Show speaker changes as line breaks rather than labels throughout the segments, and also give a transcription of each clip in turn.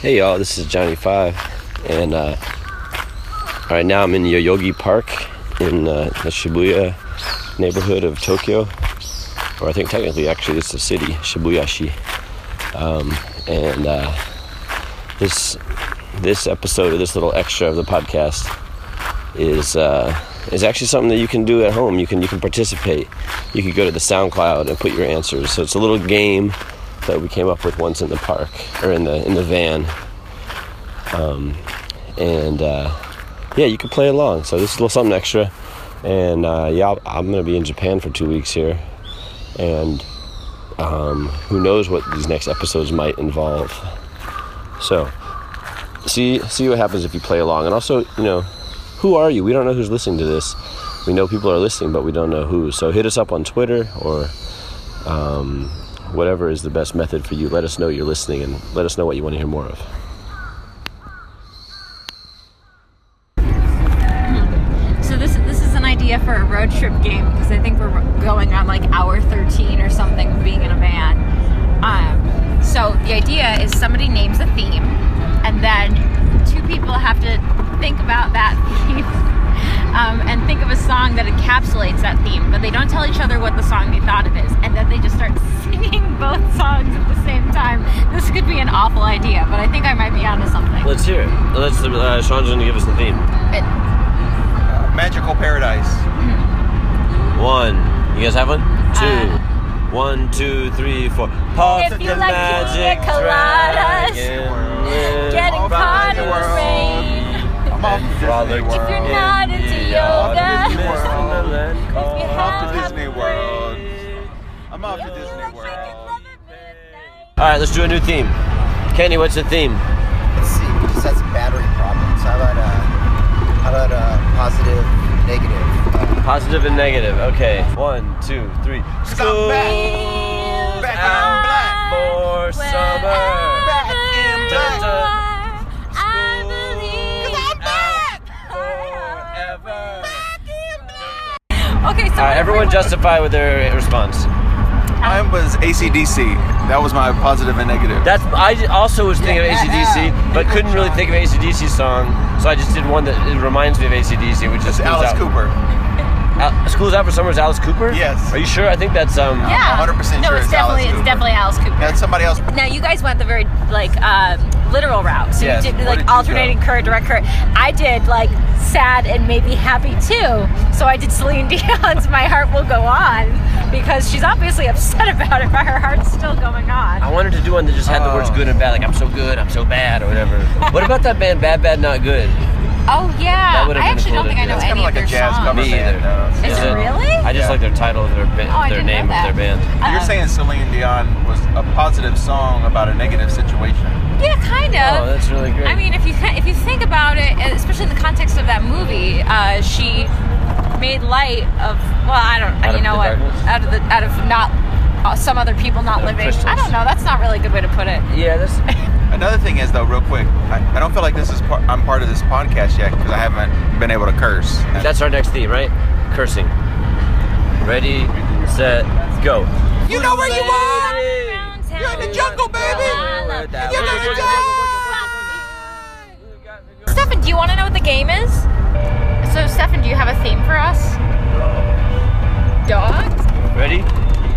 Hey y'all, this is Johnny Five, and uh, all right now I'm in Yoyogi Park in uh, the Shibuya neighborhood of Tokyo, or I think technically actually it's the city Shibuyashi. Um, and uh, this this episode of this little extra of the podcast is uh, is actually something that you can do at home. You can you can participate. You could go to the SoundCloud and put your answers. So it's a little game that we came up with once in the park or in the in the van. Um, and uh, yeah, you can play along. So this is a little something extra. And uh, yeah, I'll- I'm gonna be in Japan for two weeks here, and um, who knows what these next episodes might involve. So see see what happens if you play along and also you know who are you we don't know who's listening to this we know people are listening but we don't know who so hit us up on twitter or um, whatever is the best method for you let us know you're listening and let us know what you want to hear more of
So this this is an idea for a road trip game because I think we're going on like hour 13 or something of being in a van. Um, so the idea is somebody names a theme, and then two people have to think about that theme um, and think of a song that encapsulates that theme. But they don't tell each other what the song they thought of is, and then they just start singing both songs at the same time. This could be an awful idea, but I think I might be onto something.
let's hear it let's uh, sean's gonna give us the theme
It-
Uh, Magical Paradise.
one you guys have one two
Uh.
one two three four
If you like pina coladas,
dragon
getting
All
caught
around
in
the
the rain.
world. I'm off to Disney
Frolic.
World.
If you're not into yoga, if you have
to
a
Disney
break,
World. I'm off
you
to Disney
like drinking
World.
love at midnight.
All right, let's do a new theme. Kenny, what's the theme?
Let's see, we just had some battery problems. How about uh, how about uh, positive, negative? Uh,
Positive and negative. Okay. One, two, three.
Stop back.
Feels
Back in black.
for
like
summer.
Back in
wherever
black.
you are, I believe
back.
I'm
Forever.
back in black. Okay, so
All right, Uh, everyone justify with their response.
Mine was ACDC. That was my positive and negative.
That's I also was thinking of
Yeah.
ACDC, but couldn't really think of ACDC song, so I just did one that it reminds me of ACDC, which is
That's Alice
out.
Cooper.
Al- School's out for summer is Alice Cooper.
Yes.
Are you sure? I think that's um.
yeah,
100%
no,
sure
it's
it's Alice
definitely it's
Cooper.
definitely Alice Cooper.
That's somebody else.
Now you guys went the very like um, literal route, so
Yes.
you did
What
like
did you
alternating current, direct current. I did like sad and maybe happy too. So I did Celine Dion's "My Heart Will Go On" because she's obviously upset about it, but her heart's still going on.
I wanted to do one that just had the words
Oh.
good and bad, like I'm so good, I'm so bad, or whatever. what about that band Bad Bad Not Good?
Oh
That
yeah,
would've
I
been
actually
cool to
don't think I
do.
know
It's
any
kinda
of
like a
their
jazz
songs.
cover.
Me either.
Yeah.
Is it really?
I just
Yeah.
like their title of their, ba-
Oh, I
their
didn't know
name of
that.
their band.
Uh,
You're saying Celine Dion was a positive song about a negative situation.
yeah, kind of.
Oh, that's really great.
I mean, if you th- if you think about it, and especially in the context of that movie, uh, she made light of well, I don't,
Out
you
of
know
the
what,
darkness?
out of the out of not uh, some other people not
Out of
living. I
crystals.
don't know. That's not really a good way to put it.
yeah, that's
Another thing is though, real quick, I, I don't feel like this is part, I'm part of this podcast yet because I haven't been able to curse.
that's our next theme, right? Cursing. Ready, set, go.
You know where you are.
You're
in the jungle, baby!
Oh,
You're in the
Stefan, do you want to know what the game is? So, Stefan, do you have a theme for us? Dogs?
Ready?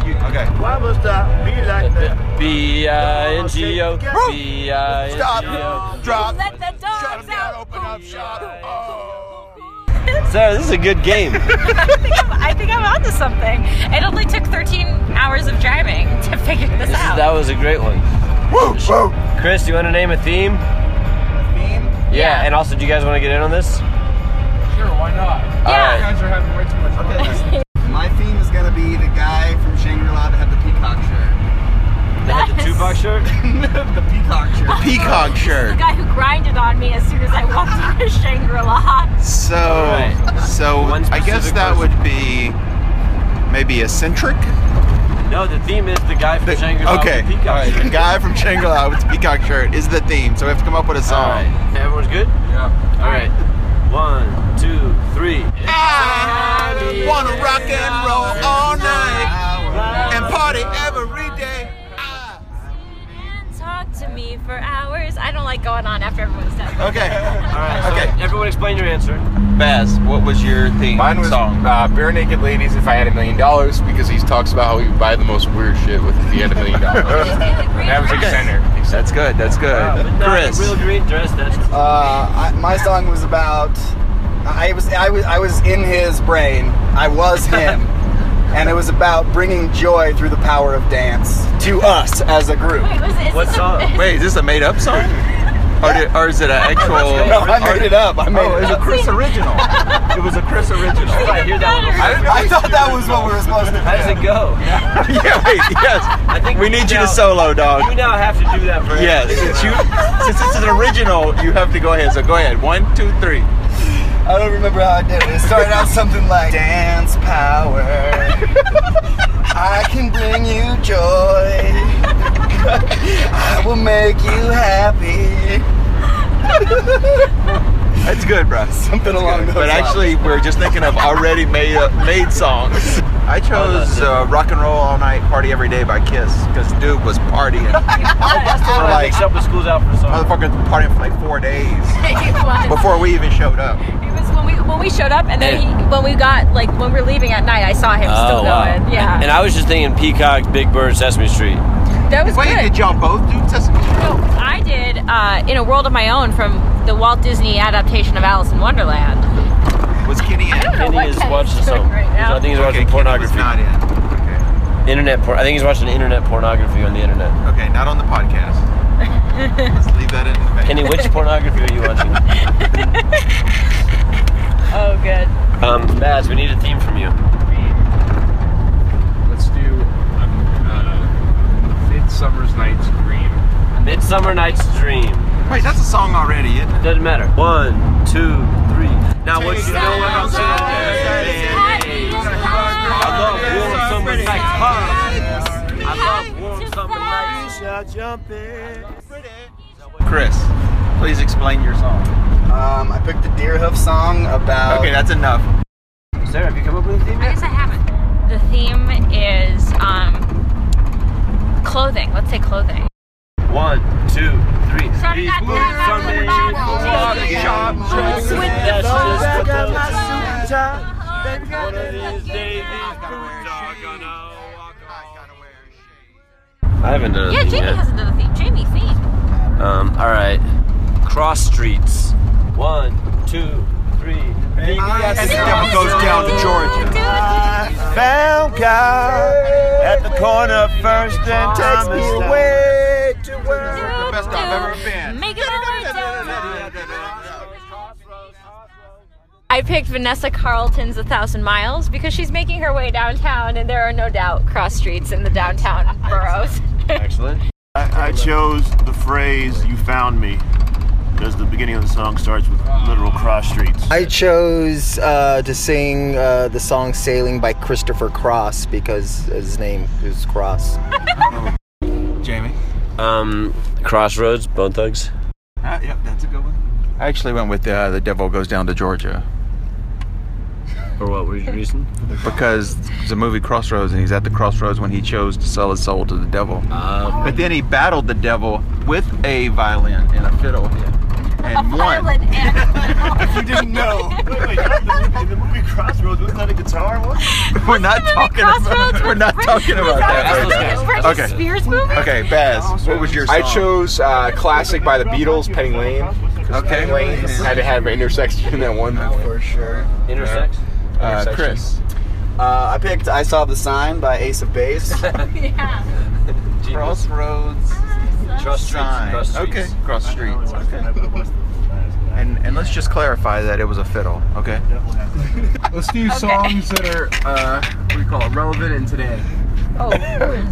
You- okay.
Why must I be like that?
B I N G O. B I N G O.
Stop. Drop.
Let the dogs
Shut 'em down.
out.
Open up shop. Oh.
Sarah, this is a good game.
I think I'm onto something. It only took 13 hours of driving to figure
This
this,
is,
out.
that was a great one.
Woo, woo.
Chris, do you want to name a theme?
Theme?
Yeah.
Yeah.
And also, do you guys want to get in on this?
Sure, why not? You
yeah.
guys are having way too much fun.
my theme is gonna be the guy from Shangri-La that had the peacock shirt.
They had the
Yes.
two box shirt.
the peacock shirt.
Peacock
The
shirt.
guy who grinded on me as soon as I walked into Shangri-La.
So,
Right.
so
One
I guess
specific
that
person.
would be maybe eccentric.
No, the theme is the guy from
The-
Shangri-La
okay.
with the peacock
Alright, the
shirt.
guy from Shangri-La with the peacock shirt is the theme. So we have to come up with a
All
song.
right. Everyone's good.
Yeah.
All right. One, two, three.
I wanna rock and roll all night
Hour.
and party every day.
Talk to me. me for hours. I don't like going on after everyone's done.
Okay. All
right.
Okay.
Everyone explain your answer.
Baz, what was your theme
Mine was
song?
Uh, Bare Naked Ladies if I had a million dollars because he talks about how he would buy the most weird shit with if he had a million dollars. that was a
Okay.
center.
That's good. That's good. Chris.
green dress. That's
Uh, I, my song was about. I was I was I was in his brain. I was him, and it was about bringing joy through the power of dance to us as a group.
Wait, was it? Is
What
this
song?
A,
Wait, is this a made up song? Or, did, or is it an actual.
No, I made it up. I made
Oh,
it
it's a
up.
Chris original. It was a Chris original.
I hear that one.
I didn't know
I thought that was what we were supposed to.
How does it go?
yeah, wait, yes.
I think
We need you
now-
to solo, dog.
You now have to do that for
Yes,
everybody.
since you since it's an original, you have to go ahead. So go ahead. One, two, three.
I don't remember how I did it. It started out something like dance power. I can bring you joy. I will make you happy.
That's good, bro.
Something along those
But
lines.
actually, we're just thinking of already made up, made songs. I chose uh, "Rock and Roll All Night, Party Every Day" by Kiss because dude was partying.
Oh, Or
like-
mix up with schools out for song.
Motherfucker was partying for like four days
it, was,
before we even showed up.
it was when we when we showed up, and then he, when we got like when we were leaving at night, I saw him still going. Yeah,
Oh, And I was just thinking Peacock, Big Bird, Sesame Street.
that was
Wait,
good.
did y'all both do Sesame Street?
No, I did uh, in a world of my own from the Walt Disney adaptation of Alice in Wonderland.
Was Kenny in?
know what
Kenny is
Kenny's
watching
doing
some.
right now.
I think he's watching
Kenny was
pornography.
not in. Okay.
Internet por- I think he's watching internet pornography on the internet.
Okay, not on the podcast. Let's leave that in the
Kenny, which pornography are you watching?
Oh, good.
Um, Baz, we need a theme from you.
Let's do um, uh, Midsummer's Night's Dream.
Midsummer Night's Dream.
Wait, that's a song already, isn't it?
Doesn't matter. One, two, three. Now what you know what I'm saying? I love warm summer nights. Huh? I love warm summer nights.
Chris, please explain your song.
Um, I picked the deer hoof song about.
Okay, that's enough.
Sarah, have you come up with a theme
I
yet?
guess I haven't. The theme is um, clothing. Let's say clothing.
One, two, three.
Sorry,
These
not
boots
that
are
bad,
made
not
for
bad.
walking.
Yeah.
That's
With the
just the
boots.
boots. One of these days, these boots are gonna walk off. I haven't done a
Yeah,
theme
Jamie
yet.
hasn't done a theme. Jamie theme.
Um, all right. Cross streets. One, two, three. Maybe
that's
the devil goes down to Georgia.
Found God at the corner of First and
Takes me
Thomas.
away to where.
The best I've ever been.
Make it all right, I picked Vanessa Carlton's A Thousand Miles because she's making her way downtown, and there are no doubt cross streets in the downtown boroughs.
Excellent.
I, I chose the phrase "You found me" because the beginning of the song starts with literal cross streets.
I chose uh, to sing uh, the song "Sailing" by Christopher Cross because his name is Cross.
Jamie.
Um, Crossroads, Bone Thugs.
Ah, yep, that's a good one. I actually went with uh, the devil goes down to Georgia
Or what was your reason?
because it's a movie Crossroads, and he's at the crossroads when he chose to sell his soul to the devil.
Uh,
But then he battled the devil with a violin and a fiddle, and won.
Island and-
You didn't know.
Wait, wait, not the movie, in the movie Crossroads, wasn't that a guitar one?
We're not talking
Crossroads
about. We're not
was-
talking
was
about
that
that.
was-
Britney
Okay.
Britney Spears movie?
Okay, Baz, what was your song?
I chose uh, Classic by the Beatles, Penny Lane.
Okay.
Penny Lane had to have an intersection in that one.
For sure.
Intersect.
Uh, Chris.
Uh, I picked "I Saw the Sign" by Ace of Base.
Yeah.
Cross,
Crossroads.
cross streets.
Sign.
Cross streets.
Okay. Cross streets. Okay. And and let's just clarify that it was a fiddle. Okay.
Let's do
songs
that are uh, what do you call it, relevant in today.
Oh,
Any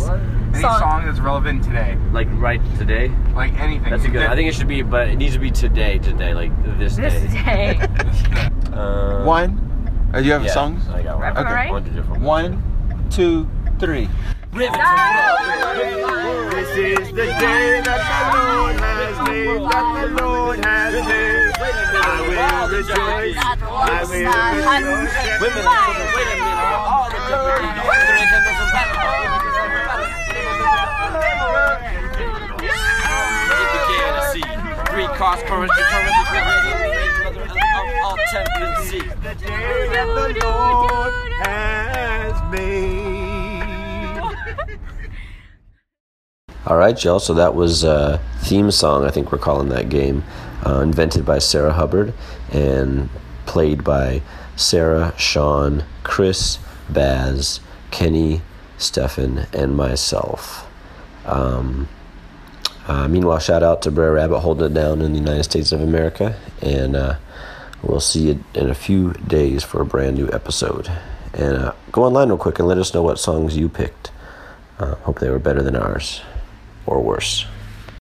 Song. song
that's relevant today,
Like right today.
like anything.
That's a good. I think it should be, but it needs to be today. Today, like this
this
day.
day.
Uh,
One. Uh, you have
Yeah,
songs?
I got one.
Rapper,
Okay.
right?
One, two, different ones.
One, two, three.
Ribbons.
This is the day that the Lord has made. That the Lord has made. I will rejoice. I will rejoice.
Women, wait a minute. All the different.
cost currents determine the prevailing rate of all tendency.
The day that the Lord has made.
All right, y'all. So that was uh, theme song. I think we're calling that game, uh, invented by Sarah Hubbard and played by Sarah, Sean, Chris, Baz, Kenny, Stefan, and myself. Um, uh, meanwhile, shout out to Brer Rabbit holding it down in the United States of America, and uh, we'll see you in a few days for a brand new episode. And uh, go online real quick and let us know what songs you picked. Uh, hope they were better than ours or worse.